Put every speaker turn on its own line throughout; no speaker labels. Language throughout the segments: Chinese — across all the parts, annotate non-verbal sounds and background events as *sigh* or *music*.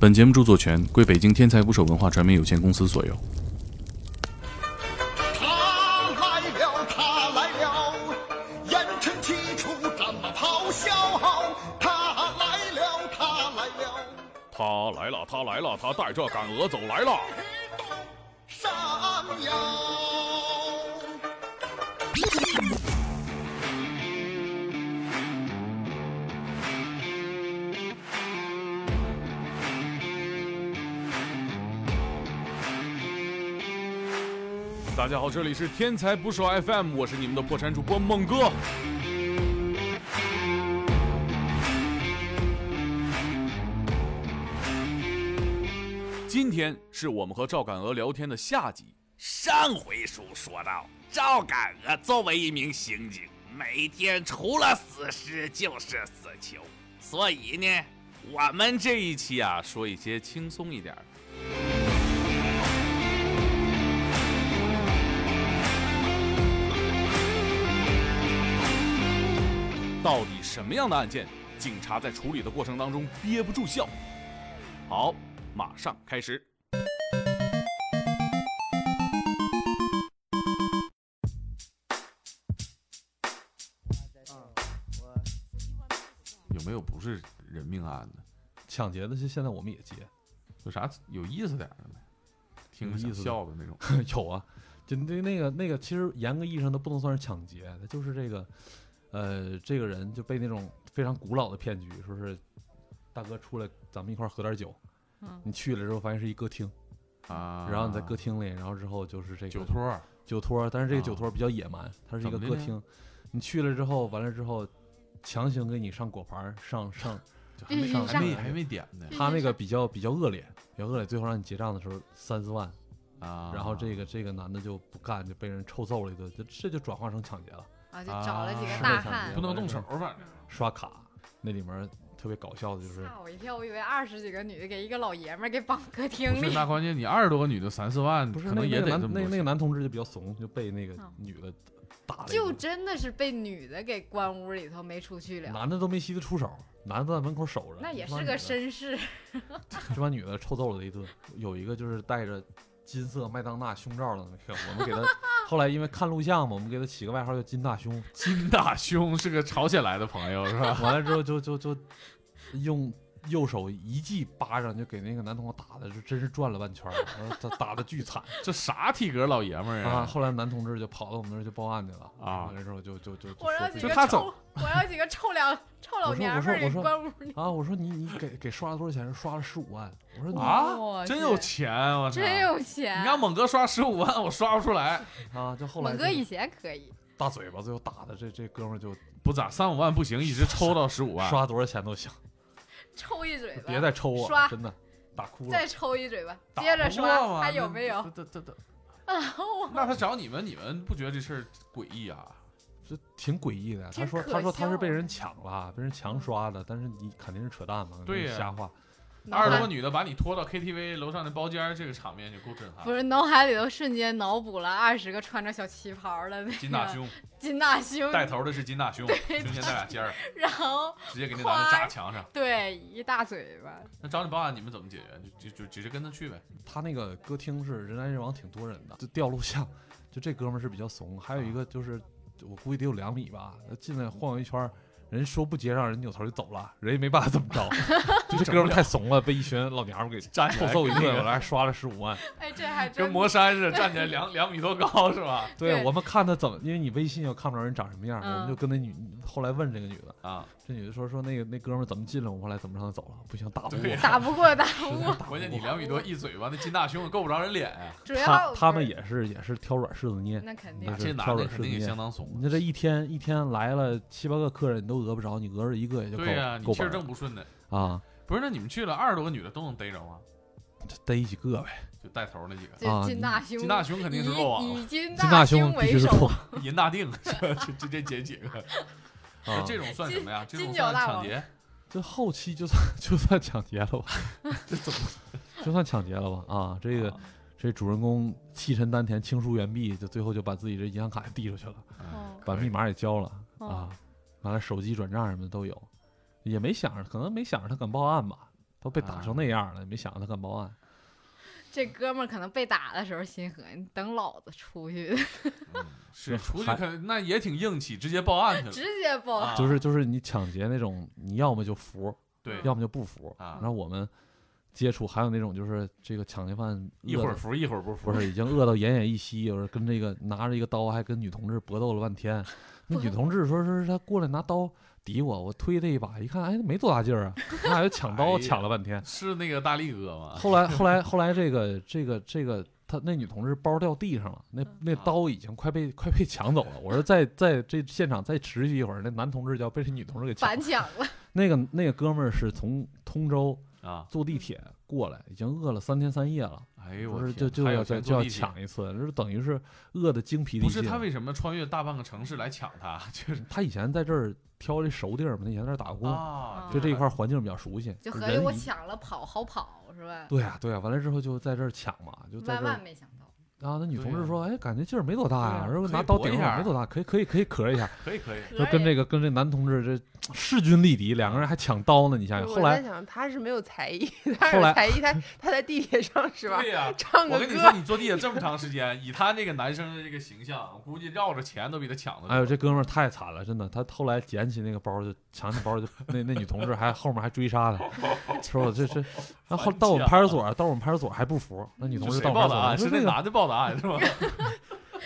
本节目著作权归北京天才捕手文化传媒有限公司所有。
他来了，他来了，烟尘起处战马咆哮，他来了，他来了，
他来了，他来了，他带着赶鹅走来了。
东山腰。
大家好，这里是天才捕手 FM，我是你们的破产主播猛哥。今天是我们和赵敢鹅聊天的下集。
上回书说到，赵敢
啊
鹅作为一名刑警，每天除了死尸就是死囚，所以呢，
我们这一期啊，说一些轻松一点儿的。到底什么样的案件，警察在处理的过程当中憋不住笑？好，马上开始。有没有不是人命案的？
抢劫的，现现在我们也
*laughs*
接，
有啥有意思点儿的没？听着
有意
想
思的
笑的那
*laughs*
种。
有啊，就那那个那个，其实严格意义上都不能算是抢劫，它就是这个，呃，这个人就被那种非常古老的骗局，说是大哥出来，咱们一块儿喝点酒，
嗯
你去了之后发现是一歌厅，
啊，
然后你在歌厅里，然后之后就是这个
酒托儿，
酒托，但是这个
啊
酒托比较野蛮，它是一个
怎么
歌
的呢
厅，你去了之后，完了之后，强行给你上果盘儿，上上
这
对对
还没还没
上
还没点呢
对
他那个比较比较恶劣，比较恶劣，最后让你结账的时候三四万。
啊。
然后这个这个男的就不干，就被人臭揍了一顿，就这就转化成抢劫了，
啊，就找了几
啊
个大
是的
汉嗯
不，能动手儿，反正
刷卡。那里面特别搞笑的就是，
吓我一跳，我以为二十几个女的给一个老爷们儿给绑歌
不
厅
是
里。
那关键你二十多个女的三四万，
不是
可
那
能也
那
得
个
这
男
么多
那那个
钱
男同志就比较怂，就被那个
嗯
女的打了一
就
顿，
真的是被女的给关屋里头，没出去了。
男的都没稀得出手，男的在门口守着。
那也
这帮
是
女
个
的，
绅士，
这帮女的臭揍了一顿。有一个就是戴着金色麦当娜胸罩的那个，我们给
*laughs*
他后来因为看录像嘛，我们给他起个外号叫金大胸。
*laughs* 金大胸是个朝鲜来的朋友是吧？
*laughs* 完了之后就就就用右手一记巴掌就给那个男同学打的，就真是转了半圈儿，然后他打的巨
*laughs*
惨
这啥体格老爷们儿
啊！
啊？
后来男同志就跑到我们那儿去报案去了
啊
完了之后就就就就
我让
说
几
就
个
他
臭，我让几个臭老臭老
我说
娘们儿
我
给
说
关屋里。
啊，我说你你给给刷了多少钱？刷了十五万。我说你
啊，真有钱，我操！
真有钱
你！让猛哥刷十五万，我刷不出来，
啊，就后来
猛
就
哥以前可以，
大嘴巴子又打的这这哥们儿就
不咋，三五万不行，一直抽到十五万。
刷多少钱都行，
抽一嘴巴，
别再抽我了，
刷
真的打哭了
再。抽一嘴巴，
打
接着
不过
刷，
嘛
还有没有？？啊
这这这这，那他找你们，你们不觉得这事儿诡异啊？
这挺诡异的。他
挺
说
可
他说他是被
笑
人抢了，被人强刷的，但是你肯定是扯淡嘛，
对
肯定是
呀
瞎话。
脑
二十多
海
个女的把你拖到 KTV 楼上那包间儿，这个场面就够震撼
不。是脑海里头瞬间脑补了二十个穿着小旗袍的那个
金大胸
金大胸，
带头的是金大胸，胸前带俩尖儿，
然后
直接给那男的扎墙上。
对，一大嘴巴。
那找你报案，你们怎么解决？就就就直接跟他去呗。
他那个歌厅是人来人往，挺多人的，就调录像。 *laughs* 就这哥们儿是比较怂，还有一
啊
个就是我估计得有两米吧，进来晃悠一圈儿，人说不接让，人扭头就走了，人也没把他怎
*laughs*
么着。就这哥们儿太怂了，被一群老娘们儿给
站起 *laughs*
臭
来
揍一
跟
顿，
那
我
个
来刷了十
*laughs*
五万。
哎，这还真
跟魔山似的，站起来两两米多高是吧？
对
对
我们看他怎么，因为你微信又看不着人长什么样，
嗯
我们就跟那女后来问这个女的，
啊，
这女的说说那个那哥们儿怎么进来，我后来怎么让他走了，不行打不过，
对呀
打不过打不
实在
过，
打不
*laughs* 关键你
过。
两米多一嘴巴，那金大胸够不着人脸啊。
主
他
要
他
不
们
是
也是也是挑软柿子捏，
那肯定
那。是
这男
跳
的肯
水是
定也
你
相当怂
你。这这一天一天来了七八个客人，你都讹不着，你讹着一个也就够
对呀、你
够
气儿
本儿了
正不顺的。
啊，
不是，那你们去了二十多个女的都能逮着吗？
这逮几个呗。
就带头那几个，
啊
就金大胸，
金大胸肯定是落网
以
了，
以金
金大
胸
胸必须
为
是
首，
破
银大定，这这这这姐几个，那
啊，
*laughs* 这种算什么呀？这种
金金角
算
大
抢
王
劫？
这后期就算就算抢劫了
*laughs*
吧，
这怎么
就算抢劫了吧啊，这个
啊
这主人公气沉丹田，青出于碧，就最后就把自己这银行卡递出去了，
嗯
把密码也交了
哦
啊，完了手机转账什么的都有，也没想着，可能没想着他敢报案吧。都被打成那样了，也没想着他敢报案。
这哥们儿可能被打的时候心合，你等老子出去，
嗯是出去
还
看那也挺硬气，直接报案去了。
直接报。
啊
就是就是你抢劫那种，你要么就服，
对，
要么就不服。
啊
然后我们接触还有那种就是这个抢劫犯
一
饿
会儿
得
服一会儿不服
不，是已经饿到奄奄一息，有人跟这个拿着一个刀还跟女同志搏斗了半天。那女同志说说是她过来拿刀抵我，我推她一把，一看哎没多大劲儿啊，那俩就抢
哎呀
刀抢了半天。
是那个大力哥吗？
后来后来后来这个这个这个他那女同志包掉地上了，那
啊
那刀已经快被快被抢走了。我说再再这现场再持续一会儿，那男同志就要被这女同志给抢
反。抢了，
那个那个哥们儿是从通州
啊，
坐地铁过来，已经饿了三天三夜了，
哎呦我
就是
天
就就
还有
要
钱
就
坐
要
地铁
抢一次，就是等于是饿的精疲力
不
尽。
是他为什么穿越大半个城市来抢他？ *laughs* 就是
他以前在这儿挑这熟地儿嘛，他以前在这儿打过工，
啊，
哦对这一
块。
块环境比较熟悉。
就合计
人
我
一
抢了跑好跑是吧？
对啊对啊，完了之后就在这儿抢嘛，就在
万
这儿
万没想到，
啊，那女
对
同
呀
志说：“哎，感觉劲儿没多大
对呀
呀，然后
可以
拿刀
搏一
顶
下
上没多大，可以可以可
*laughs*
以咳一下。
可以可以，
可”
就跟
以
这个跟这男同志这势均力敌，两个人还抢刀呢。你想想，
我
后
在
来
想他是没有才
*laughs*
艺，他
后
有
来
才艺，他他在地铁上是吧
对？呀、
唱
我
个
跟你
歌
说，，你坐地铁这么长时间，以他这个男生的这个形象，我估计绕着钱都比他抢的。
哎呦，这哥们儿太惨了，真的。他后来捡起那个包，就抢起包，就那那女同志还后面还追杀他，
*laughs*
说我这这，然后到我
啊
们派出所，到我们派出所还不服，那女同
这
志
谁
到我
报
们
的
派
案？
出
是
所
那
说这个，
男的啊报的案是
*laughs*
吧？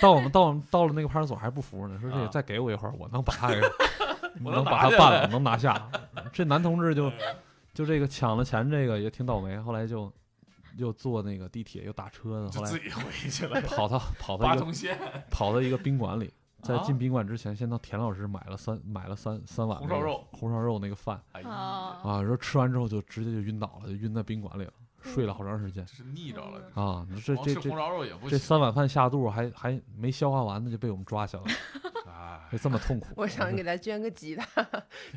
到我们到我们到了那个派出所还不服呢，说这
啊
个再给我一会儿，我能把他给
*laughs* 我能
能
拿
把他
下
办
来
了，能拿
*laughs*
下。这男同志就。就这个抢了钱，这个也挺倒霉。后来就又坐那个地铁，又打车呢，
就
后
自
来
己回去
*laughs*
了。
跑到跑到
八
一个
通
*laughs*
线，
跑到一个宾馆里，在
啊
进宾馆之前，先到田老师买了三买了三三碗
红
那
烧
个
肉
红烧肉那个饭
哎呀，
啊，哦
啊，说吃完之后就直接就晕倒了，就晕在宾馆里了，睡了好长时间
这是腻着了。
啊。你说
光
这
吃
这
红
这
烧肉也不
这
行
三碗饭下肚还还没消化完呢，就被我们抓起
*laughs*
来了，
啊！
就这么痛苦。
我想给
是
他捐个吉他，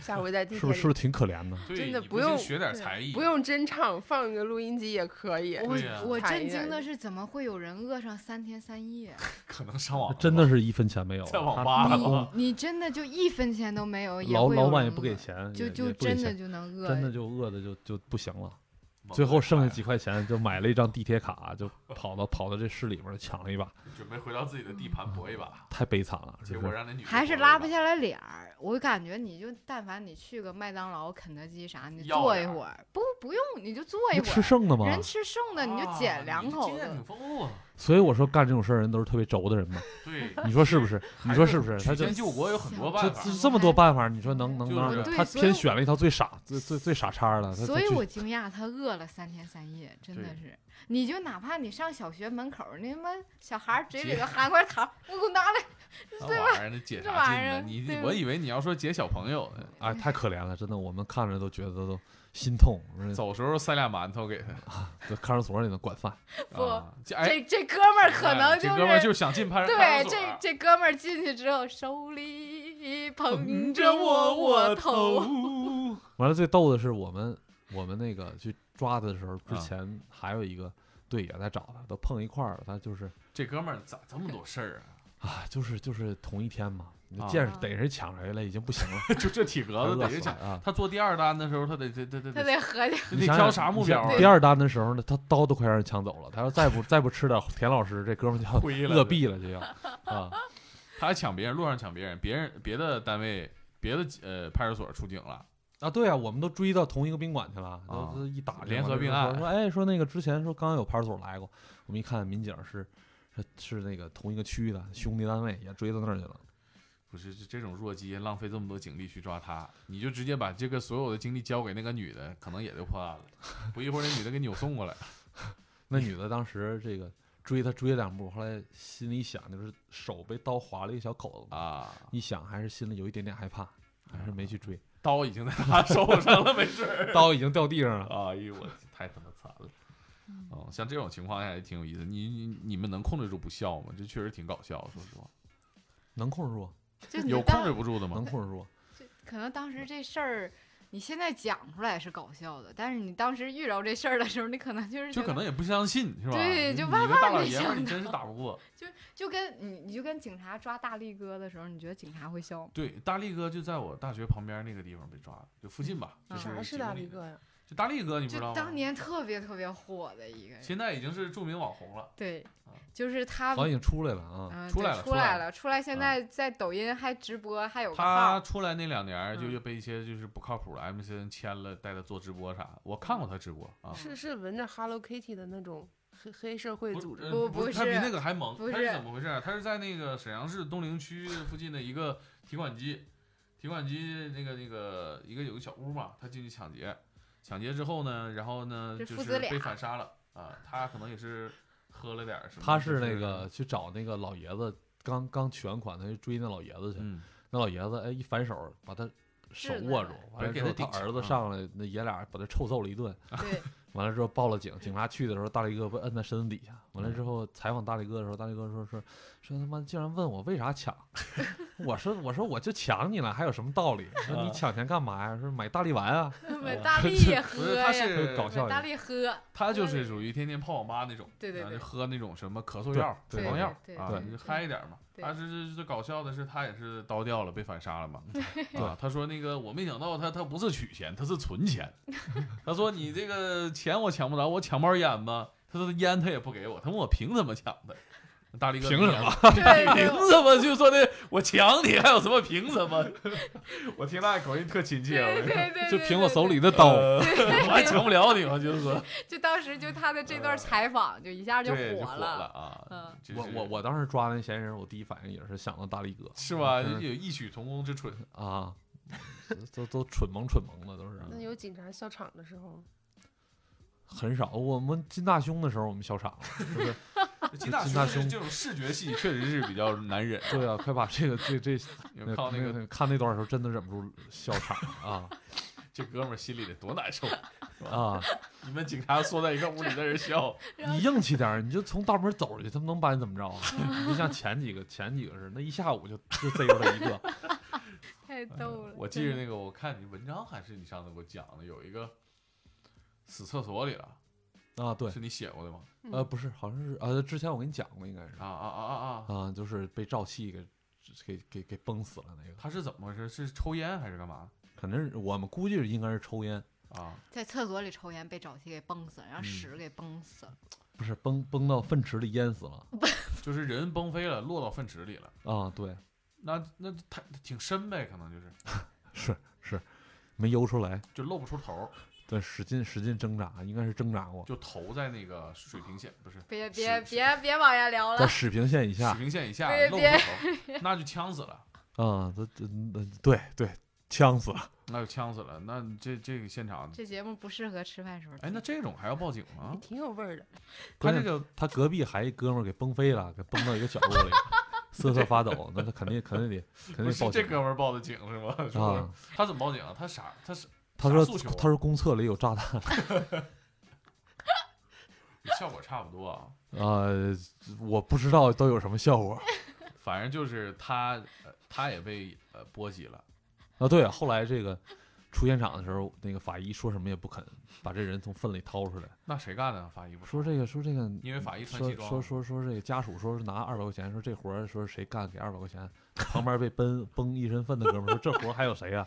下回在地
是
铁
不是是不
里
是挺可怜的？
对，
真的
你
不
信
用
学点才艺，
不用真唱，放个录音机也可以。
我
对呀
我
惨
震
一点
惊的是，怎么会有人饿上三天三夜？啊
可能上网了
真的是一分钱没有，
在网吧
他
了吧 *laughs*
你你真的就一分钱都没有，也
老
会
老
有
板
人
也不给
饿，
钱，
就
也
就
也不给
真
钱
的就能饿，
真的就饿的就就不行了，
猛
*laughs* 最后剩下
哎
几块钱就买了一张地铁卡，就跑到跑到这市里面抢了一把，
哎准备回到自己的地盘搏一把，
太悲惨了，
结
就
果
嗯是
让那女的
还是
搏了一
拉不
把
下来脸儿。我感觉你就但凡你去个麦当劳、肯德基啥，你
要
坐一
点儿
会儿，不不用你就坐一
那
会
吃
儿，
剩的嘛。
人吃剩的你就
啊
捡两
你这
口
经验
子
挺。丰富啊。
所以我说干这种事儿人都是特别轴的人嘛，
*laughs*
对，
你说是不是？ *laughs* 你说是不是？
曲
他就
线救国有很多
就
办法
就。这么多办法，你说能能
就
能让
是
人
哎对
他
所以
偏
我
选了一条最傻最最最傻叉的，他
所以
他就
我惊讶，他饿了三天三夜，真的
对
是。你就哪怕你上小学门口儿，那他妈小孩儿嘴里头含块糖，我给我拿来，
那玩意儿，那解
这
啥
玩
劲
意
呢？
儿
你
对
我以为你要说解小朋友呢，
哎太可怜了，真的，我们看着都觉得都心痛。我
走时候塞俩馒头给他。
说看守所里的管饭，
不
啊，这哎，
这这哥们儿可
哎
能
这
是、
哥们儿就想进派
对
派出所
这这哥们儿进去之后，手里捧
捧
着
着窝
窝窝
窝
嗯头，
头。
*laughs*
完了最逗的是我们我们那个去抓他的时候，之
啊
前还有一个队也在找他，都碰一块儿了，他就是。
这哥们儿咋这么多事儿啊？ *laughs*
啊，就是就是同一天嘛，你就
啊
见着逮谁抢谁了，已经不行了，
就这体格子
饿
得
死
是
了
抢。
啊！
他做第二单的时候，他得得得
他
得得
得
*laughs*
合计
得
你想
挑
想
啥
你
目标
想
啊？
第二单的时候呢，他刀都快让人抢走了。他要再不再不吃点田老师，这哥们儿就要
亏了
饿毙了，就要啊！
他还抢别人，路上抢别人，别人别的单位、别的呃派出所出警了，
啊，对啊，我们都追到同一个宾馆去了，
啊
都都一打听
联合
完
并
之后
案
说哎，说那个之前说刚刚有派出所来过，我们一看民警是是是那个同一个区的兄弟单位，也追到那儿去了。
不是这这种弱鸡，浪费这么多警力去抓他，你就直接把这个所有的精力交给那个女的，可能也就破案了。 *laughs* 不一会儿，那女的给扭送过来，
那女的当时这个追他追了两步，后来心里想就是手被刀划了一个小口子，
啊，
一想还是心里有一点点害怕，还是没
*laughs*
去追。
刀已经在他手上了，没事儿。 *laughs*
刀已经掉地上了。
哎呦我太他妈惨了。
嗯
哦，像这种情况下也挺有意思。你你你们能控制住不笑吗？这确实挺搞笑，说实话。
能控制住，
就你
有控
当
制不住的吗
能？控制住。
可能当时这事儿，你现在讲出来是搞笑的，但是你当时遇着这事儿的时候，你可能就是
就
觉
可
得
能也不相信，是吧？
对
你
就
你
万
一个大
万
老
没
爷们儿，
想
你真是
到
打不过。
就跟你你就跟警察抓大力哥的时候，你觉得警察会笑吗？
对，大力哥就在我大学旁边那个地方被抓的，就附近吧。就
嗯
是
啥是
几公
大
里
力哥呀？
这大力哥你不知道啊
就
吗？
当年特别特别火的一个人。
现在已经是著名网红了。
对
啊，
就是他，
好像已经出来了啊，
嗯，
出
对
来了
出
出来
来
了
了，出来，现
啊
在在抖音还直播，还有个
他
号，
出来那两年儿就
嗯
又被一些就是不靠谱的 MCN 签了，带他做直播啥。我看过他直播
嗯
啊， *laughs*
是是闻着 Hello Kitty 的那种黑黑社会
不
组织，
呃
不
不
不
他比
是
那个还猛。
不
他是
是
怎么回事儿？他是在那个沈阳市东陵区附近的一个提款机， *laughs* 提款机那个那个一个有个小屋嘛，他进去抢劫，抢劫之后呢，然后呢
这
就
父
是
子
被
俩
反杀了啊。他可能也是喝了点儿什么。
他
就是
那个去找那个老爷子，刚刚取完款，他就追那老爷子去，
嗯，
那老爷子哎一反手把他手握住
是，
完了
给
之
他
后他
顶上
儿子
啊
上来，那爷俩把他臭揍了一顿，
对，
*laughs* 完了之后报了警，警察去的时候，大力哥被摁在身子底下。完
嗯
了之后采访大力哥的时候，大力哥说说说他妈竟然问我为啥抢， *laughs* 我说我说我就抢你了，还有什么道理？说
啊
你抢钱干嘛呀？说买大力丸啊，
买
*laughs*
大力也
不
喝
哦是他
呀，
是
搞笑
买大力喝，
*laughs* 他就是属于天天泡网吧那种，
对对
然后
对
就喝那种什么咳嗽药、止
对
疼药
对
啊
对，
你
对
就嗨一点嘛。
对
他是最搞笑的是，他也是刀掉了，被反杀了
*laughs*
嘛。啊，他说那个我没想到他他不是取钱，他是存
*laughs*
钱。他说你这个钱我抢不着，我抢包烟吧。他说烟他也不给我，他问我凭什么抢的？大力哥
凭什么？
对
凭什么就说的我抢你还有什么凭什么？我听那口音特亲切，我
对
跟你说
对对，
就
对
凭我手，里
对
的
呃
*laughs*
刀。
我还抢不了你吗？就是说。
对就当时就他的这段采访就一下
对，就
火
了
了，
啊！
嗯
这
我
是
我我当时抓那嫌疑人，我第一反应也是想到大力哥
是吧？
嗯
有异曲同工之
*laughs*
处，
啊， *laughs* 都都蠢萌蠢萌的都是。
那有警察笑场的时候吗，
很少，我们进大胸的时候我们笑场了，就是
金大
金大
兄
兄
这种视觉系确实是比较难忍。
*laughs* 对啊，快把这个
*laughs*
这这
你看到那个
个看那段的时候，真的忍不住笑场啊
这哥们儿心里得多难受，
啊！
你们警察缩在一个屋里在这笑，啊
你硬气点儿，你就从大门走出去，他们能把你怎么着啊？你就像前几个前几个似的，那一下午就就逮着了一个。
太 *laughs*
嗯
逗了。
我记着那个，我看你文章还是你上次给我讲的，有一个死厕所里了，
啊，对
是，你写过的吗？
呃，不是，好像是呃，之前我跟你讲过，应该是
啊啊啊啊啊！
啊，就是被赵气给给给给崩死了那个，
他是怎么回事？是抽烟还是干嘛
肯定是我们估计应该是抽烟，
啊？
在厕所里抽烟被沼气给崩死了，让
嗯
屎给崩死了。
不是崩崩到粪池里淹死了
就是人崩飞了，落到粪池里了。
啊，对，
那那他挺深呗，可能就是
是是，没游出来，
就露不出头儿，
对，使劲使劲挣扎，应该是挣扎过，
就头在那个水平线，不是
别
是
别
是
别别往下聊
在
了，
水平线以下
水平线以下
别
露
别
出头，那就呛死了，
啊，这这那对对，呛死了。
那就呛死了。那这这个现场，
这节目不适合吃饭时候听。。
哎，那这种还要报警吗
也？挺有味儿的。
他
关
这
键
个
他隔壁还一哥们儿给崩飞了，给崩到一个小屋里， *laughs* 瑟瑟发抖，那他肯定肯定得肯
不
定
是
报
这
警
哥们儿报的警是吗？ *laughs* 是不是
啊！
他怎么报警啊？他啥？他是
他
啥
说
诉求啊
他说公厕里有炸弹
效果差不多啊，
啊、呃我不知道都有什么效果 *laughs*
反正就是他呃他也被呃波及了，
啊。对，后来这个出现场的时候，那个法医说什么也不肯把这人从粪里掏出来，
那谁干的？法医不
说这个说这个，
因为法医穿
说
西装啊
说说说这个家属说是拿二百块钱，说这活儿说是谁干给二百块钱，旁边被崩崩一身粪的哥们儿说这活儿还有谁呀、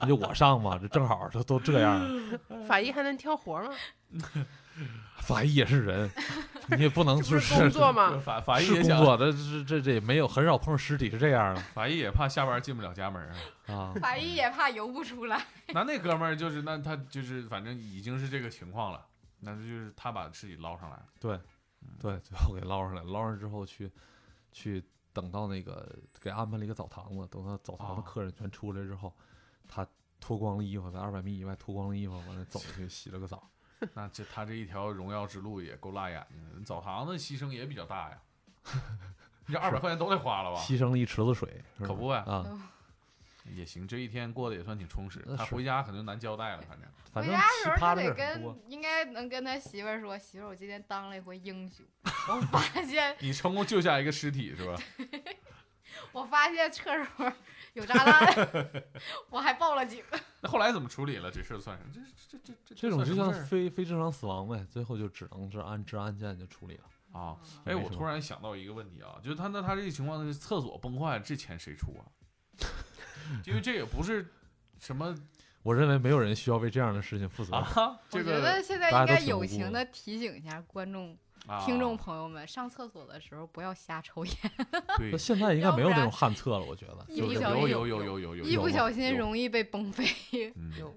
那就我上吧，这正好都都这样了，
法医还能挑活儿吗？
法医也是
*laughs*
人，你也不能
这不
就是
工作
就
吗？
法法医
是
也
工
想，
作的，这这这也没有很少碰尸体是这样的
法医也怕下班进不了家门啊。
啊
*laughs*
法医也怕游不出来，
那那哥们儿就是，那他就是，反正已经是这个情况了，那就是他把尸体捞上来了。
对，最后给捞上来，捞上之后去去等到那个给安排了一个澡堂子，等到澡堂
啊
的客人全出来之后，他脱光了衣服，在二百米以外脱光了衣服，完了走出去洗了个澡。
那这他这一条荣耀之路也够辣眼睛的，澡堂子牺牲也比较大呀，你这二百块钱都得花了吧？
牺牲了一池子水，是
可
吧
不呗
嗯
啊，
也行，这一天过得也算挺充实
那。
他
是
回家可就难交代了，反正
反
回
正
家的
奇
时候他
葩的
得
事儿很多。
跟应该能跟他媳妇儿说，媳妇儿，我今天当了一回英雄，我发现
你成功救下一个尸体是吧？
我发现厕所有炸弹，
*laughs*
我还报了警。
那后来怎么处理了？这事儿算是这这这这
这种
算
就
什么
像
事儿啊
非非正常死亡呗，最后就只能是按治安件就处理了。
啊！
没
嗯
哎，我
什么
突然想到一个问题啊，就是他那他这个情况，那个 *laughs*
*laughs*
厕所崩坏，这钱谁出啊？因为这也不是什么
我认为没有人需要为这样的事情负责。
啊，这
我觉
个
得现在
大家都
应该
挺无
友
辜
情
的
的提醒一下观众、
啊
听众朋友们，上厕所的时候不要瞎抽烟，
对
那现在应该没有那种旱厕了，我觉得。
*laughs* 一
有
不
有
小
有
心
有有有有有
*laughs* 一不小心
有
容易被崩飞。
嗯
有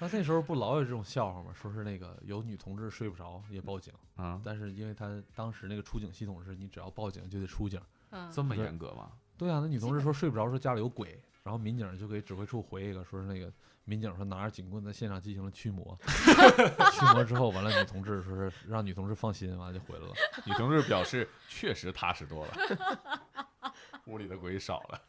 那那时候不老有这种笑话吗？说是那个有女同志睡不着也报警，
啊，
但是因为他当时那个出警系统是你只要报警就得出警。
嗯，
这么严格吗？
对啊，那女同志说睡不着，说家里有鬼，然后民警就给指挥处回一个，说是那个民警说拿着警棍在现场进行了驱
*laughs*
魔，驱魔之后完了，女同志说是让女同志放心，完了就回来了。
女同志表示确实踏实多了， *laughs* 屋里的鬼少了。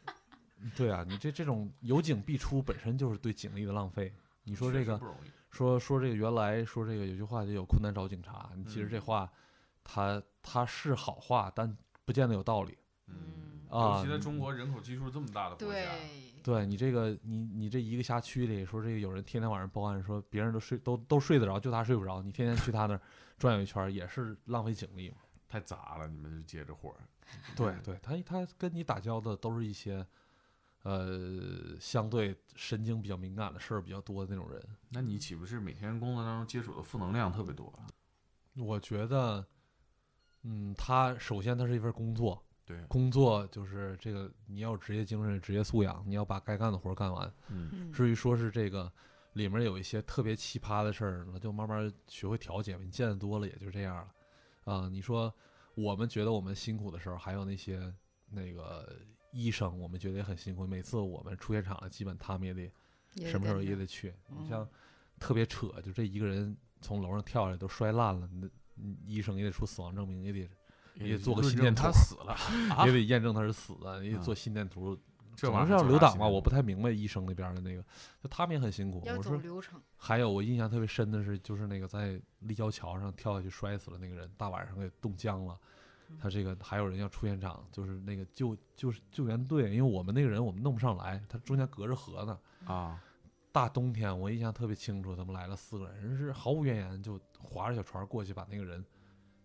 对啊，你这这种有警必出本身就是对警力的浪费。你说
确实
这个
不容易，
说说这个原来说这个有句话就有困难找警察，你其实这
嗯
话，它它是好话，但不见得有道理
嗯，
啊。
尤其在中国人口基数这么大的国
对
家，，
对你这个，你你这一个辖区里说这个有人天天晚上报案，说别人都睡都都睡得着，就他睡不着，你天天去他 *laughs* 那儿转悠一圈儿，也是浪费警力嘛。
太杂了，你们就接着火。
对对，他他跟你打交道都是一些，呃，相对神经比较敏感的事儿比较多的那种人。
那你岂不是每天工作当中接触的负能量特别多？啊
我觉得，嗯，他首先他是一份工作，
对啊
工作就是这个你要有职业精神、职业素养，你要把该干的活儿干完。
嗯，
嗯
至于说是这个里面有一些特别奇葩的事儿，那就慢慢学会调节吧。你见得多了也就这样了。啊、你说我们觉得我们辛苦的时候，还有那些那个医生，我们觉得也很辛苦。每次我们出现场了，基本他们也得
也
什么时候
跟
也
着
得去。你
嗯
像特别扯，就这一个人从楼上跳下来都摔烂了，那嗯医生也得出死亡证明，也得也得做个
论
心
证
电
他
图，
死
*laughs*
了，啊
也得验证他是死的，也得
啊
做心电图。
这
可
玩意儿
能是
做
要留
啥
档
心
吧，
理
我不太明白医生那边儿的那个，就他们也很辛苦。
要
我
走
说
流程，
还有，我印象特别深的是，就是那个在立交桥上跳下去摔死了那个人，大晚上给冻僵了。他这个还有人要出现场，就是那个救就是救援队，因为我们那个人我们弄不上来，他中间隔着河呢。
啊，
大冬天，我印象特别清楚，他们来了四个人，人是毫无怨言就划着小船过去把那个人，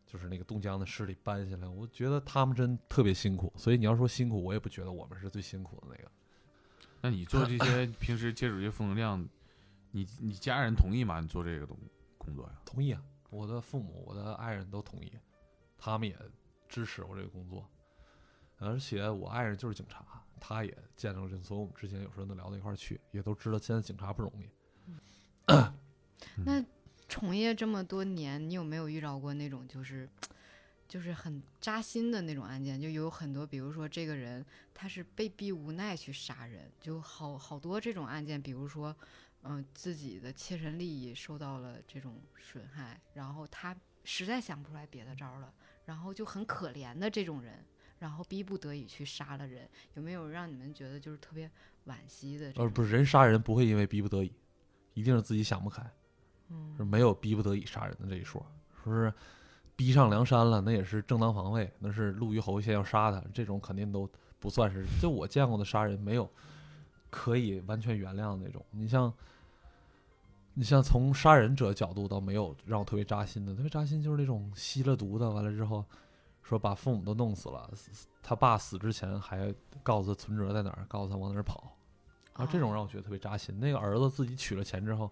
就是那个冻僵的尸体搬下来。我觉得他们真特别辛苦，所以你要说辛苦，我也不觉得我们是最辛苦的那个。
那你做这些平时接触这些负能量，你你家人同意吗？你做这个东工作呀？
同意啊，我的父母、我的爱人都同意，他们也支持我这个工作，而且我爱人就是警察，他也见证了这，所以我们之前有时候能聊到一块儿去，也都知道现在警察不容易。
从业这么多年，你有没有遇到过那种就是就是很扎心的那种案件？就有很多，比如说这个人他是被逼无奈去杀人，就好好多这种案件，比如说。嗯、自己的切身利益受到了这种损害，然后他实在想不出来别的招儿了，然后就很可怜的这种人，然后逼不得已去杀了人，有没有让你们觉得就是特别惋惜的这种？
呃，不是人杀人不会因为逼不得已，一定是自己想不开，
嗯
是没有逼不得已杀人的这一说，是不是？逼上梁山了，那也是正当防卫，那是陆虞侯先要杀他，这种肯定都不算是。就我见过的杀人，没有可以完全原谅的那种。你像，你像从杀人者角度，倒没有让我特别扎心的。特别扎心就是那种吸了毒的，完了之后说把父母都弄死了，死他爸死之前还告诉他存折在哪儿，告诉他往哪儿跑，然后啊这种
哦
哦
让我觉得特别扎心。那个儿子自己取了钱之后，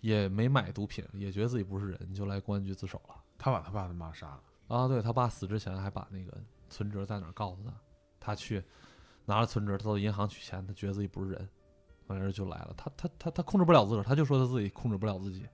也没买毒品，也觉得自己不是人，就来公安局自首了。
他把他爸他妈杀了，
啊，对他爸死之前还把那个存折在哪儿告诉他，他去拿了存折，他到银行取钱，他觉得自己不是人，完事儿就来了。他他他他控制不了自个儿，他就说他自己控制不了自己。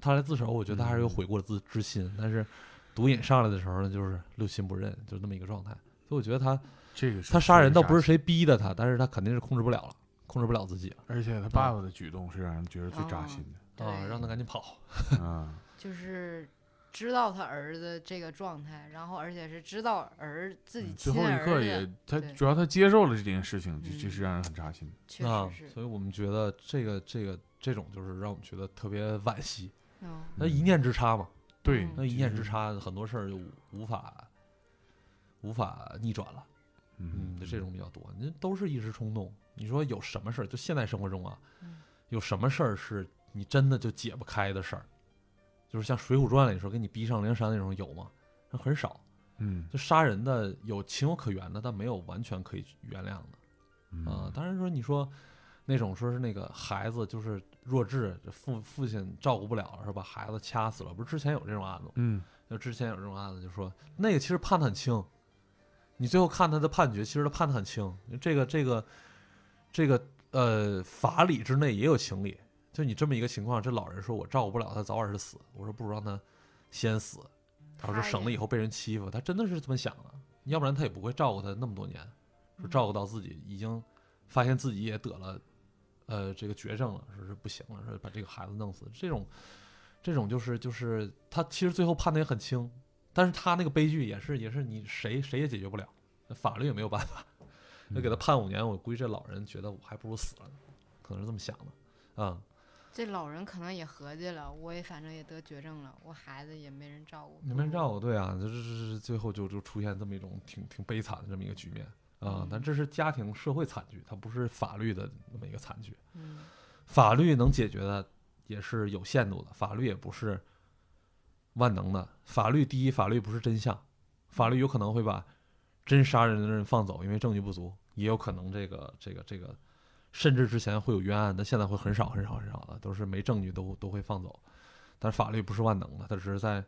他来自首，我觉得他还
嗯
是有悔过之之心，但是毒瘾上来的时候呢，就是六亲不认，就那么一个状态。所以我觉得他
这个是
他杀人倒不是
谁，
谁逼的他，但是他肯定是控制不了了，控制不了自己了
而且他爸爸的举动是让人觉得最
哦
扎心
啊，
对
让他赶紧跑。
*laughs*
的啊。
就是知道他儿子这个状态，然后而且是知道儿自己
嗯最
亲
后一
儿
刻
子，
也，他
对
主要他接受了这件事情，这
嗯
这是让人很扎心的。
确
啊
实，是，
所以我们觉得这个这个这种就是让我们觉得特别惋惜，
嗯，
那一念之差嘛。
对，
那一念之
就是，
差，很多事儿就无无法无法逆转了。
嗯，
就这种比较多，那都是一时冲动。你说有什么事儿？就现代生活中啊
嗯，
有什么事儿是你真的就解不开的事儿？就是像《水浒传》里说给你逼上梁山那种有吗？那很少。
嗯
就杀人的有情有可原的，但没有完全可以原谅的
嗯
呃啊、当然说你说那种说是那个孩子就是弱智，父父亲照顾不了是吧？孩子掐死了，不是之前有这种案子吗？
嗯，
就之前有这种案子，就说那个其实判的很轻，你最后看他的判决，其实他判的很轻。这个这个这个呃，法理之内也有情理。就你这么一个情况，这老人说我照顾不了他，早晚是死。我说不如让他先死，他说
他
省了
也
以后被人欺负。他真的是这么想的，要不然他也不会照顾他那么多年，说照顾到自己已经发现自己也得了呃这个绝症了，说是不行了，说把这个孩子弄死。这种这种就是就是他其实最后判的也很轻，但是他那个悲剧也是也是你谁谁也解决不了，法律也没有办法。那给他判五年，我估计这老人觉得我还不如死了呢，可能是这么想的啊、
这老人可能也合计了，我也反正也得绝症了，我孩子也没人照顾，嗯
你没人照顾，对啊，就是最后就就出现这么一种挺挺悲惨的这么一个局面啊、但这是家庭社会惨剧，它不是法律的那么一个惨剧。
嗯，
法律能解决的也是有限度的，法律也不是万能的。法律第一，法律不是真相，法律有可能会把真杀人的人放走，因为证据不足，也有可能这个这个这个，甚至之前会有冤案，但现在会很少很少很少的，都是没证据都都会放走。但是法律不是万能的，它只是在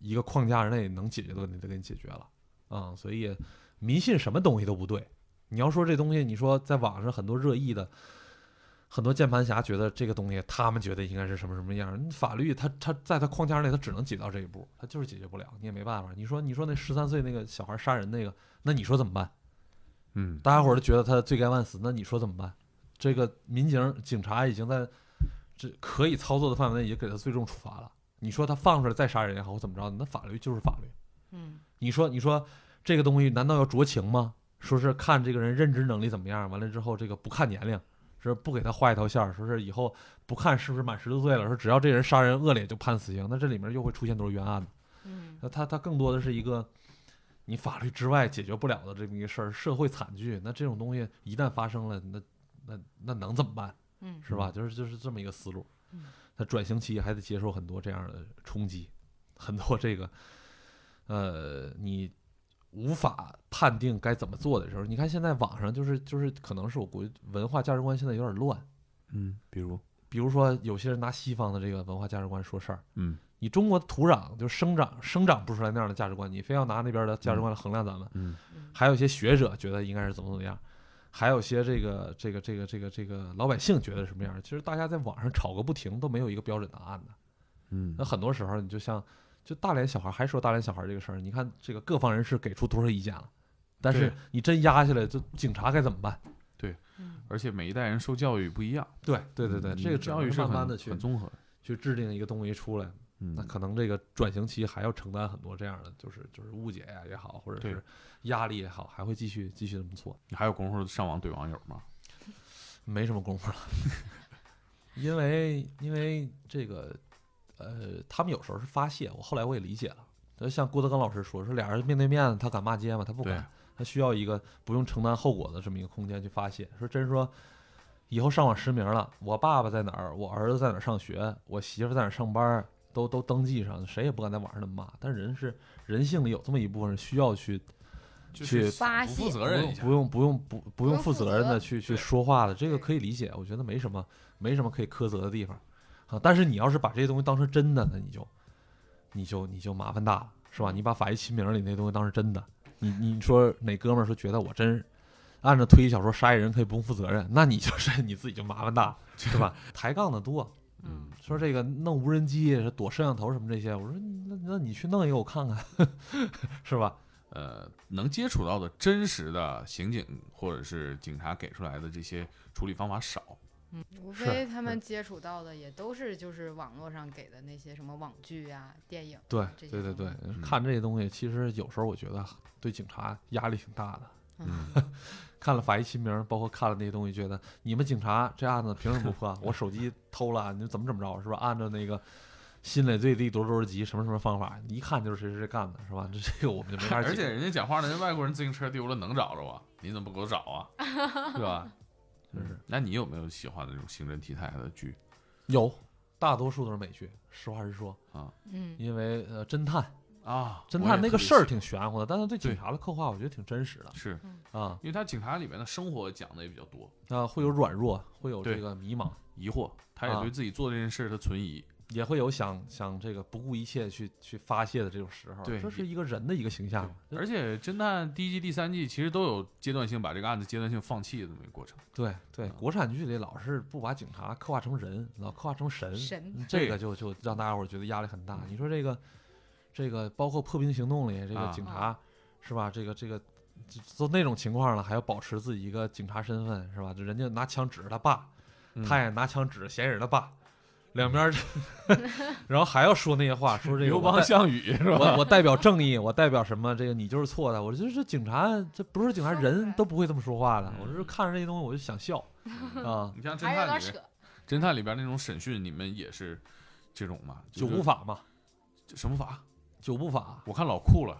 一个框架之内能解决的问题，它给你解决了啊、所以迷信什么东西都不对。你要说这东西，你说在网上很多热议的，很多键盘侠觉得这个东西，他们觉得应该是什么什么样儿。法律它它在它框架内，它只能解到这一步，它就是解决不了，你也没办法。你说你说那十三岁那个小孩杀人那个，那你说怎么办？
嗯，
大家伙儿都觉得他罪该万死，那你说怎么办？这个民警警察已经在这可以操作的范围内，也给他最重处罚了。你说他放出来再杀人也好，或怎么着，那法律就是法律。
嗯，
你说，你说这个东西难道要酌情吗？说是看这个人认知能力怎么样，完了之后这个不看年龄，说不给他画一条线儿，说是以后不看是不是满十六岁了，说只要这人杀人恶劣就判死刑，那这里面又会出现多少冤案呢？
嗯，
那他他更多的是一个你法律之外解决不了的这么一个事儿，社会惨剧。那这种东西一旦发生了，那那那能怎么办？
嗯，
是吧？就是就是这么一个思路
嗯。
他转型期还得接受很多这样的冲击，很多这个，呃，你无法判定该怎么做的时候，你看现在网上就是就是，可能是我国文化价值观现在有点乱，
嗯，比如，
比如说有些人拿西方的这个文化价值观说事儿，
嗯，
你中国土壤就生长生长不出来那样的价值观，你非要拿那边的价值观来衡量咱们，
嗯
嗯
还有一些学者觉得应该是怎么怎么样，还有一些这个这个这个这个这个老百姓觉得什么样，其实大家在网上吵个不停都没有一个标准答案的，
嗯
那很多时候你就像就大连小孩还说大连小孩这个事儿，你看这个各方人士给出多少意见了，但是
对
你真压下来，就警察该怎么办？
嗯
而且每一代人受教育不一样，
对对对对，这个
嗯
只
教
能
育是
慢慢
很
的去
很综合的，
去制定一个东西出来，
嗯
那可能这个转型期还要承担很多这样的，就是就是误解呀、也好，或者
对
是压力也好，还会继续继续这么做，
你还有功夫上网怼网友吗？
没什么功夫了， *laughs* 因为因为这个，呃，他们有时候是发泄，我后来我也理解了，就像郭德纲老师说，说俩人面对面，他敢骂街吗？他不
对
敢，他需要一个不用承担后果的这么一个空间去发泄。说真说，以后上网实名了，我爸爸在哪儿，我儿子在哪儿上学，我媳妇在哪儿上班儿，都都登记上，谁也不敢在网上那么骂。但人是人性里有这么一部分人需要去
就是
去
发
不
泄
负责
不
任
用
一下
不，用不用不不用
用
负
负
责任
责
的去去
对
说话的，这个
对
可以理解，我觉得没什么没什么可以苛责的地方啊。但是你要是把这些东西当成真的，那你就你就你就麻烦大了，是吧？你把《法医秦明》里那东西当成真的，你你说哪哥们儿说觉得我真按照推理小说杀一人可以不用负责任，那你就是 *laughs* 你自己就麻烦大了，是吧？抬杠的多，
嗯，
说这个弄无人机、躲摄像头什么这些，我说那那你去弄一个我看 *laughs* 看，是吧？
呃，能接触到的真实的刑警或者是警察给出来的这些处理方法少，
无
是
非他
是
们接触到的也都是就是网络上给的那些什么网剧啊、电影啊，
对
这些
对对
东
对
西，
嗯
看这些东西，其实有时候我觉得对警察压力挺大的。
嗯
看了《法医秦明》，包括看了那些东西，觉得你们警察这案子凭什么不破？我手机偷了，你们怎么怎么着，是吧？按照那个新累罪第多少多少级什么什么方法，你一看就是谁谁谁干的，是吧？这这个我们就没法解。
而且人家讲话呢，人外国人自行车丢了能找着啊？你怎么不给我找啊？
嗯
对吧？
就是
那你有没有喜欢的这种刑侦题材的剧
有大多数都是美剧，实话实说，
嗯
因为呃侦探
啊，
侦
我也
探那
特别
个事儿
喜
挺玄乎的，但是对警
对
察的刻画，我觉得挺真实的
是
啊。
因为他警察里面的生活讲的也比较多，
啊，会有软弱，会有
对
这个迷茫，
疑惑，他
啊
也对自己做这件事儿他存疑，
也会有想想这个不顾一切去去发泄的这种时候。
对
这是一个人的一个形象。
而且侦探第一季、第三季其实都有阶段性把这个案子阶段性放弃的这么一个过程。
对
嗯
对，国产剧里老是不把警察刻画成人，老刻画成神，嗯
神
这
对嗯
个就就让大家伙儿觉得压力很大。你说这个，这个包括破冰行动里这个
啊
警察、
啊
是吧？这个这个这都那种情况了，还要保持自己一个警察身份是吧？这人家拿枪指着他爸，
嗯
他也拿枪指着嫌疑人的爸，两边儿这， *laughs* 然后还要说那些话，说这个
刘
我
邦
代
项羽是吧？
我我代表正义，我代表什么？这个你就是错的。我觉得这警察，这不是警察，人都不会这么说话的。
嗯
我就是看着这些东西，我就想笑啊。
你像侦
还是有点
探里边，
扯。
侦探里边那种审讯，你们也是这种吗？
九
就是
步法嘛，
什么法？
九步法
我看老酷了，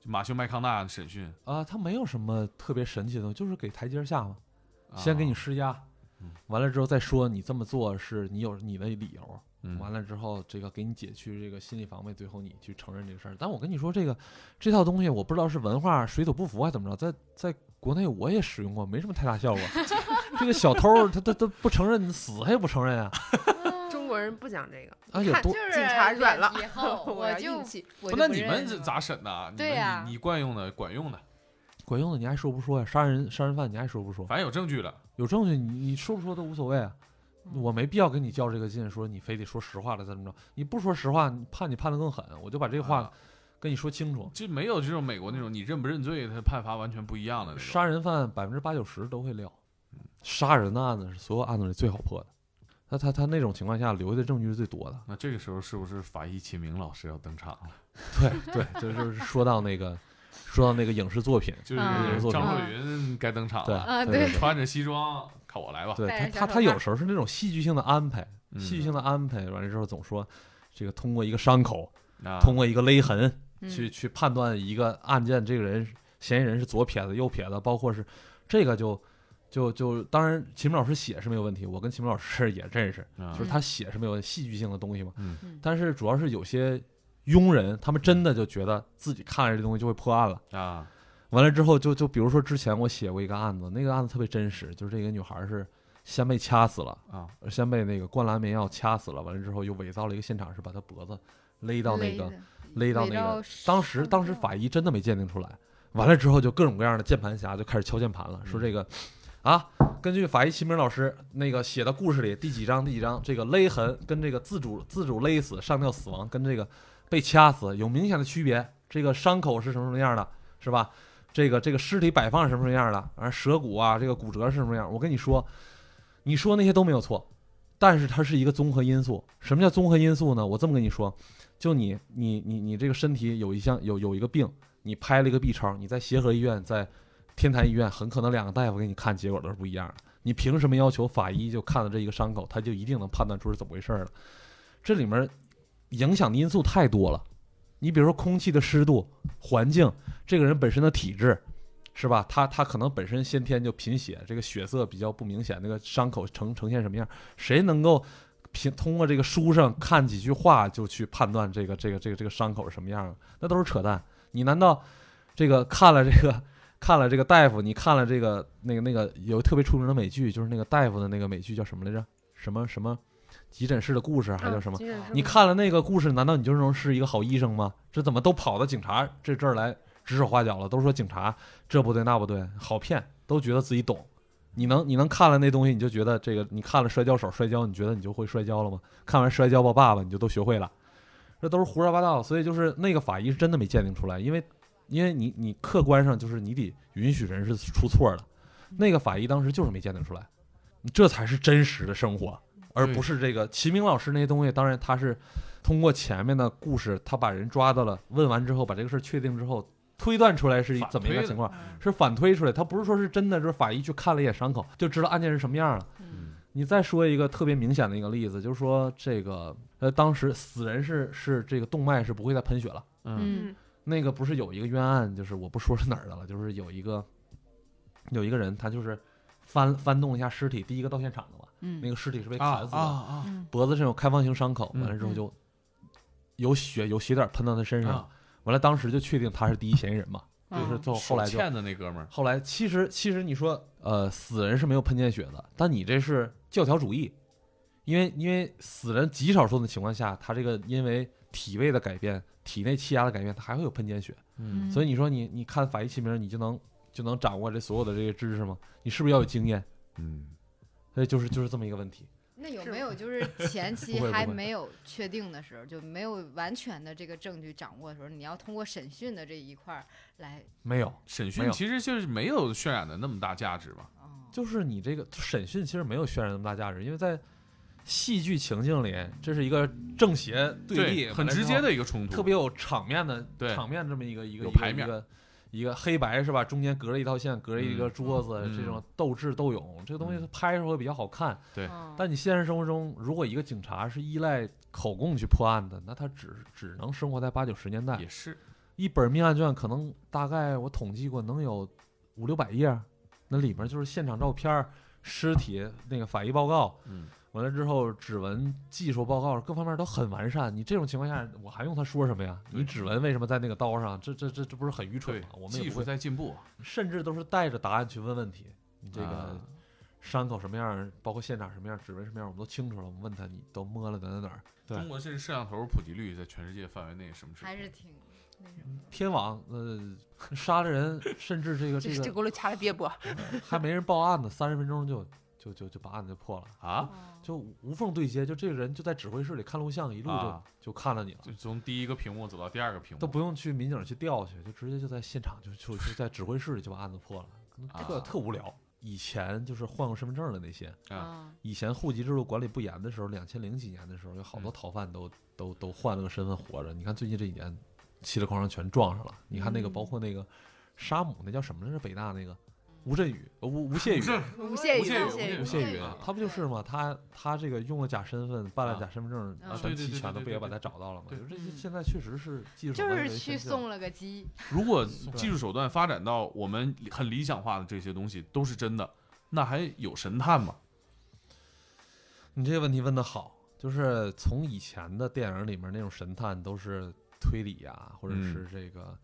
就马修麦康纳审讯，
啊，他没有什么特别神奇的东西，就是给台阶下嘛，先给你
啊，
施压
嗯，
完了之后再说你这么做是你有你的理由，
嗯
完了之后这个给你解去这个心理防备，最后你去承认这个事儿。但我跟你说，这个这套东西我不知道是文化水土不服还是怎么着，在在国内我也使用过，没什么太大效果。这个小偷儿他他他不承认，死他也不承认啊！
嗯
中国人不讲这个，
而且
看
多
就是
警察软了
以
*laughs*
后我
要
就
硬气
我
不
就
那
不
你们
认
这咋审呐？你
对
们
呀
你你惯用的、管用的，
管用的，你爱说不说呀、杀人杀人犯，你爱说不说？
反正有证据了，
有证据你你说不说都无所谓啊。我没必要跟你较这个劲，说你非得说实话了怎么着？你不说实话，你判你判的更狠，我就把这个话
啊
跟你说清楚。
这没有这种美国那种你认不认罪，他判罚完全不一样的那种。
杀人犯百分之八九十都会撂，杀人的案子是所有案子里最好破的。他他他那种情况下留下的证据是最多 *laughs* 的。
那这个时候是不是法医秦明老师要登场啊了？
对对，这就是说到那个，说到那个影视作品，
就是
嗯
张若昀该登场
对
了，
啊
对
穿着西装，看我来吧。
对
戴
对
着
他
小
他
手
他有
帕
时候是那种戏剧性的安排，
嗯
戏剧性的安排完了之后总说这个通过一个伤口，
啊，
通过一个勒痕，
嗯
去去判断一个案件，这个人是嫌疑人是左撇子、右撇子，包括是这个就就就，当然秦明老师写是没有问题，我跟秦明老师也认识，
啊
就是他写是没有问题戏剧性的东西嘛。
嗯
嗯
但是主要是有些庸人，他们真的就觉得自己看了这东西就会破案了。
啊，
完了之后就，就比如说之前我写过一个案子，那个案子特别真实，就是这个女孩是先被掐死了
啊，
先被那个灌篮迷药掐死了，完了之后又伪造了一个现场，是把她脖子勒到那
勒
个
的
勒到
围
那
绕
个，当时
上
当时
吊
法医真的没鉴定出来，完了之后就各种各样的键盘侠就开始敲键盘了，说这个啊，根据法医秦明老师那个写的故事里第几章第几章，这个勒痕跟这个自主自主勒死上吊死亡跟这个被掐死有明显的区别，这个伤口是什么什么样的，是吧？这个这个尸体摆放是什么什么样的，而舌骨啊，这个骨折是什么样？我跟你说，你说那些都没有错，但是它是一个综合因素。什么叫综合因素呢？我这么跟你说，就你你你你这个身体有一项有有一个病，你拍了一个 B 超，你在协和医院在天坛医院，很可能两个大夫给你看结果都是不一样的。你凭什么要求法医就看了这一个伤口，他就一定能判断出是怎么回事儿了？这里面影响的因素太多了。你比如说空气的湿度、环境，这个人本身的体质，是吧？他他可能本身先天就贫血，这个血色比较不明显，那个伤口呈呈现什么样？谁能够凭通过这个书上看几句话就去判断这个这个这个这个伤口是什么样的？那都是扯淡。你难道这个看了这个看了这个大夫，你看了这个那个那个有特别出名的美剧，就是那个大夫的那个美剧叫什么来着？什么什么急诊室的故事还叫什么？啊
急诊室
你
吗
看了那个故事，难道你就能是一个好医生吗？这怎么都跑到警察这这儿来指手画脚了？都说警察这不对那不对，好骗，都觉得自己懂。你能你能看了那东西，你就觉得这个你看了摔跤手摔跤，你觉得你就会摔跤了吗？看完摔跤吧爸爸，你就都学会了，这都是胡说八道。所以就是那个法医是真的没鉴定出来，因为因为你你客观上就是你得允许人是出错的，那个法医当时就是没鉴定出来，这才是真实的生活，而不是这个齐明老师那些东西。当然他是通过前面的故事，他把人抓到了，问完之后把这个事儿确定之后，推断出来是一
反
怎么一个
推的
情况，是反推出来，他不是说是真的，就是法医去看了一眼伤口就知道案件是什么样了。
嗯
你再说一个特别明显的一个例子，就是说这个呃，当时死人是是这个动脉是不会再喷血了。
嗯
嗯
嗯
那个不是有一个冤案，就是我不说是哪儿的了，就是有一个有一个人他就是翻翻动了一下尸体，第一个到现场的嘛，
嗯
那个尸体是被
啊
砍死的，
啊啊，
脖子上有开放性伤口，
嗯
完了之后就有血有血点喷到他身上，
啊，
完了当时就确定他是第一嫌疑人嘛，
嗯
就是最后后来
手
就
欠的那哥们儿，
后来其实其实你说呃死人是没有喷溅血的，但你这是教条主义，因为因为死人极少数的情况下，他这个因为体位的改变、体内气压的改变，他还会有喷溅血。
嗯
所以你说你你看法医秦明，你就能就能掌握这所有的这些知识吗？你是不是要有经验？
嗯，
所以就是就是这么一个问题。
那有
是
没有就是
*laughs*
前
不
期
会不
还
会
没有确定的时候，就没有完全的这个证据掌握的时候，你要通过审讯的这一块儿来，
没有，
审
没
讯
有
其实就是没有渲染的那么大价值吧？
哦，
就是你这个审讯其实没有渲染那么大价值，因为在戏剧情境里，这是一个正邪立，
很直接，的一个冲突，
特别有场面的
对
场面这么一个一个
有
一个
排面
一个一个黑白是吧？中间隔着一道线，隔着一个桌子，
嗯
这种斗智斗勇，这个东西拍出来会比较好看。
对
哦
嗯但你现实生活中，如果一个警察是依赖口供去破案的，那他只只能生活在八九十年代
也。是
一本命案卷可能大概我统计过能有五六百页，那里面就是现场照片、尸体那个法医报告，
嗯，
完了之后指纹技术报告各方面都很完善。你这种情况下，我还用他说什么呀？
对
你指纹为什么在那个刀上？这这这这不是很愚蠢
对
吗？，我们
技
也不
术
会，
在进步啊，
甚至都是带着答案去问问题。你这个
啊
伤口什么样，包括现场什么样，指纹什么样，我们都清楚了。我们问他，你都摸了哪哪哪儿？对
中国这摄像头普及率在全世界范围内什么水
还
平？
是挺那什么的。
天网，呃， *laughs* 杀了人，甚至这个
这
这
这
个
轱辘掐了别播，
还没人报案呢，三十分钟就就就就把案子就破了，
啊？
哦
就无缝对接。就这个人就在指挥室里看录像，一路就、
啊
就看到你了。
就从第一个屏幕走到第二个屏幕，
都不用去民警去调去，就直接就在现场就就就在指挥室里就把案子破了，可能特、
啊
特无聊。以前就是换过身份证的那些，
啊
以前户籍制度管理不严的时候，两千零几年的时候，有好多
嗯
逃犯都、都都换了个身份活着。你看最近这几年，稀里哐啷全撞上了。你看那个，包
嗯
括那个沙姆，那叫什么来着？北大那个吴镇宇，呃吴吴谢宇，
无限
无限宇
无限
无
吴
限
谢
宇
宇
啊，
他不就是吗？他他这个用了假身份，办了
啊
假身份证，
啊
全
对对
齐
对
全
对
了，不
对
也把
对
他找到了吗？
对
就这
嗯
现在确实是技术
就
完
是
全
去
现象
送了个鸡，
如 *laughs* 果技术手段发展到我们很理想化的这些东西都是真的，那还有神探吗？
你这个问题问得好，就是从以前的电影里面那种神探都是推理呀、或者
嗯
是这个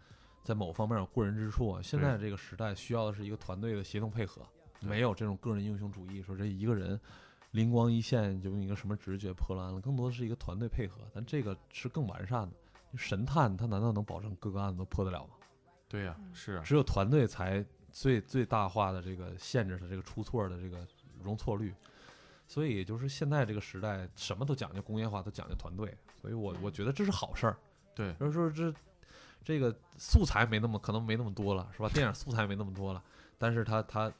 在某方面有过人之处啊。现在这个时代需要的是一个团队的协同配合，没有这种个人英雄主义，说这一个人灵光一现就用一个什么直觉破了案了，更多的是一个团队配合。但这个是更完善的。神探他难道能保证各个案子都破得了吗？
对呀、
嗯
是啊，
只有团队才最最大化的这个限制它这个出错的这个容错率。所以就是现在这个时代，什么都讲究工业化，都讲究团队。所以我我觉得这是好事儿。
对
就是说这这个素材没那么可能没那么多了，是吧？电影素材没那么多了，但是它它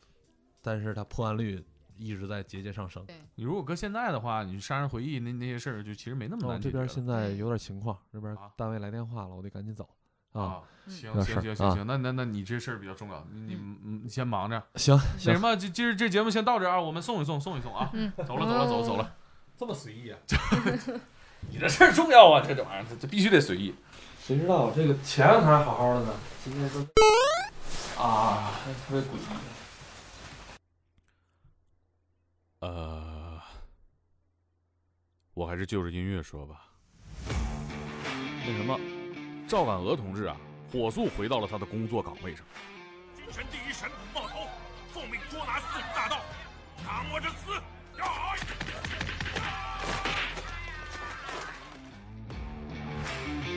但是它破案率一直在节节上升。
你如果搁现在的话，你杀人回忆那那些事儿就其实没那么
哦
难，解
这
决了、
边现在有点情况，这边
啊
单位来电话了，我得赶紧走啊。
啊，
嗯
行
有
行
事儿
行行
啊
行，那那那你这事儿比较重要，你你
嗯
你先忙着。
行
那
行
什，么，这今儿这节目先到这儿啊，我们送一送，送一送啊，
*laughs*
嗯
走了走了走了走了，
这么随意啊？
*laughs* 你这事儿重要啊，这这玩意儿这这必须得随意。
谁知道我这个前两天还好好的呢，今天都啊，特别诡异。
呃，我还是就着音乐说吧。那什么，赵敢娥同志啊，火速回到了他的工作岗位上。
军权第一神武茂头，奉命捉拿四大盗，扛我之死！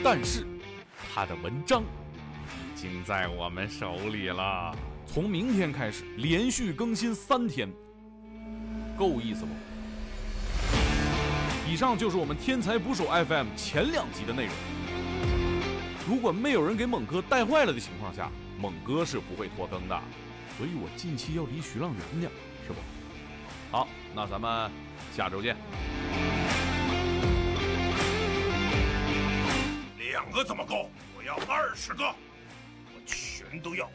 但是，他的文章
已经在我们手里了。
从明天开始连续更新三天，够意思不？以上就是我们天才捕手 FM 前两集的内容。如果没有人给猛哥带坏了的情况下，猛哥是不会拖更的，所以我近期要离徐浪远点儿，是不？好，那咱们下周见。
两个怎么够？我要二十个，我全都要。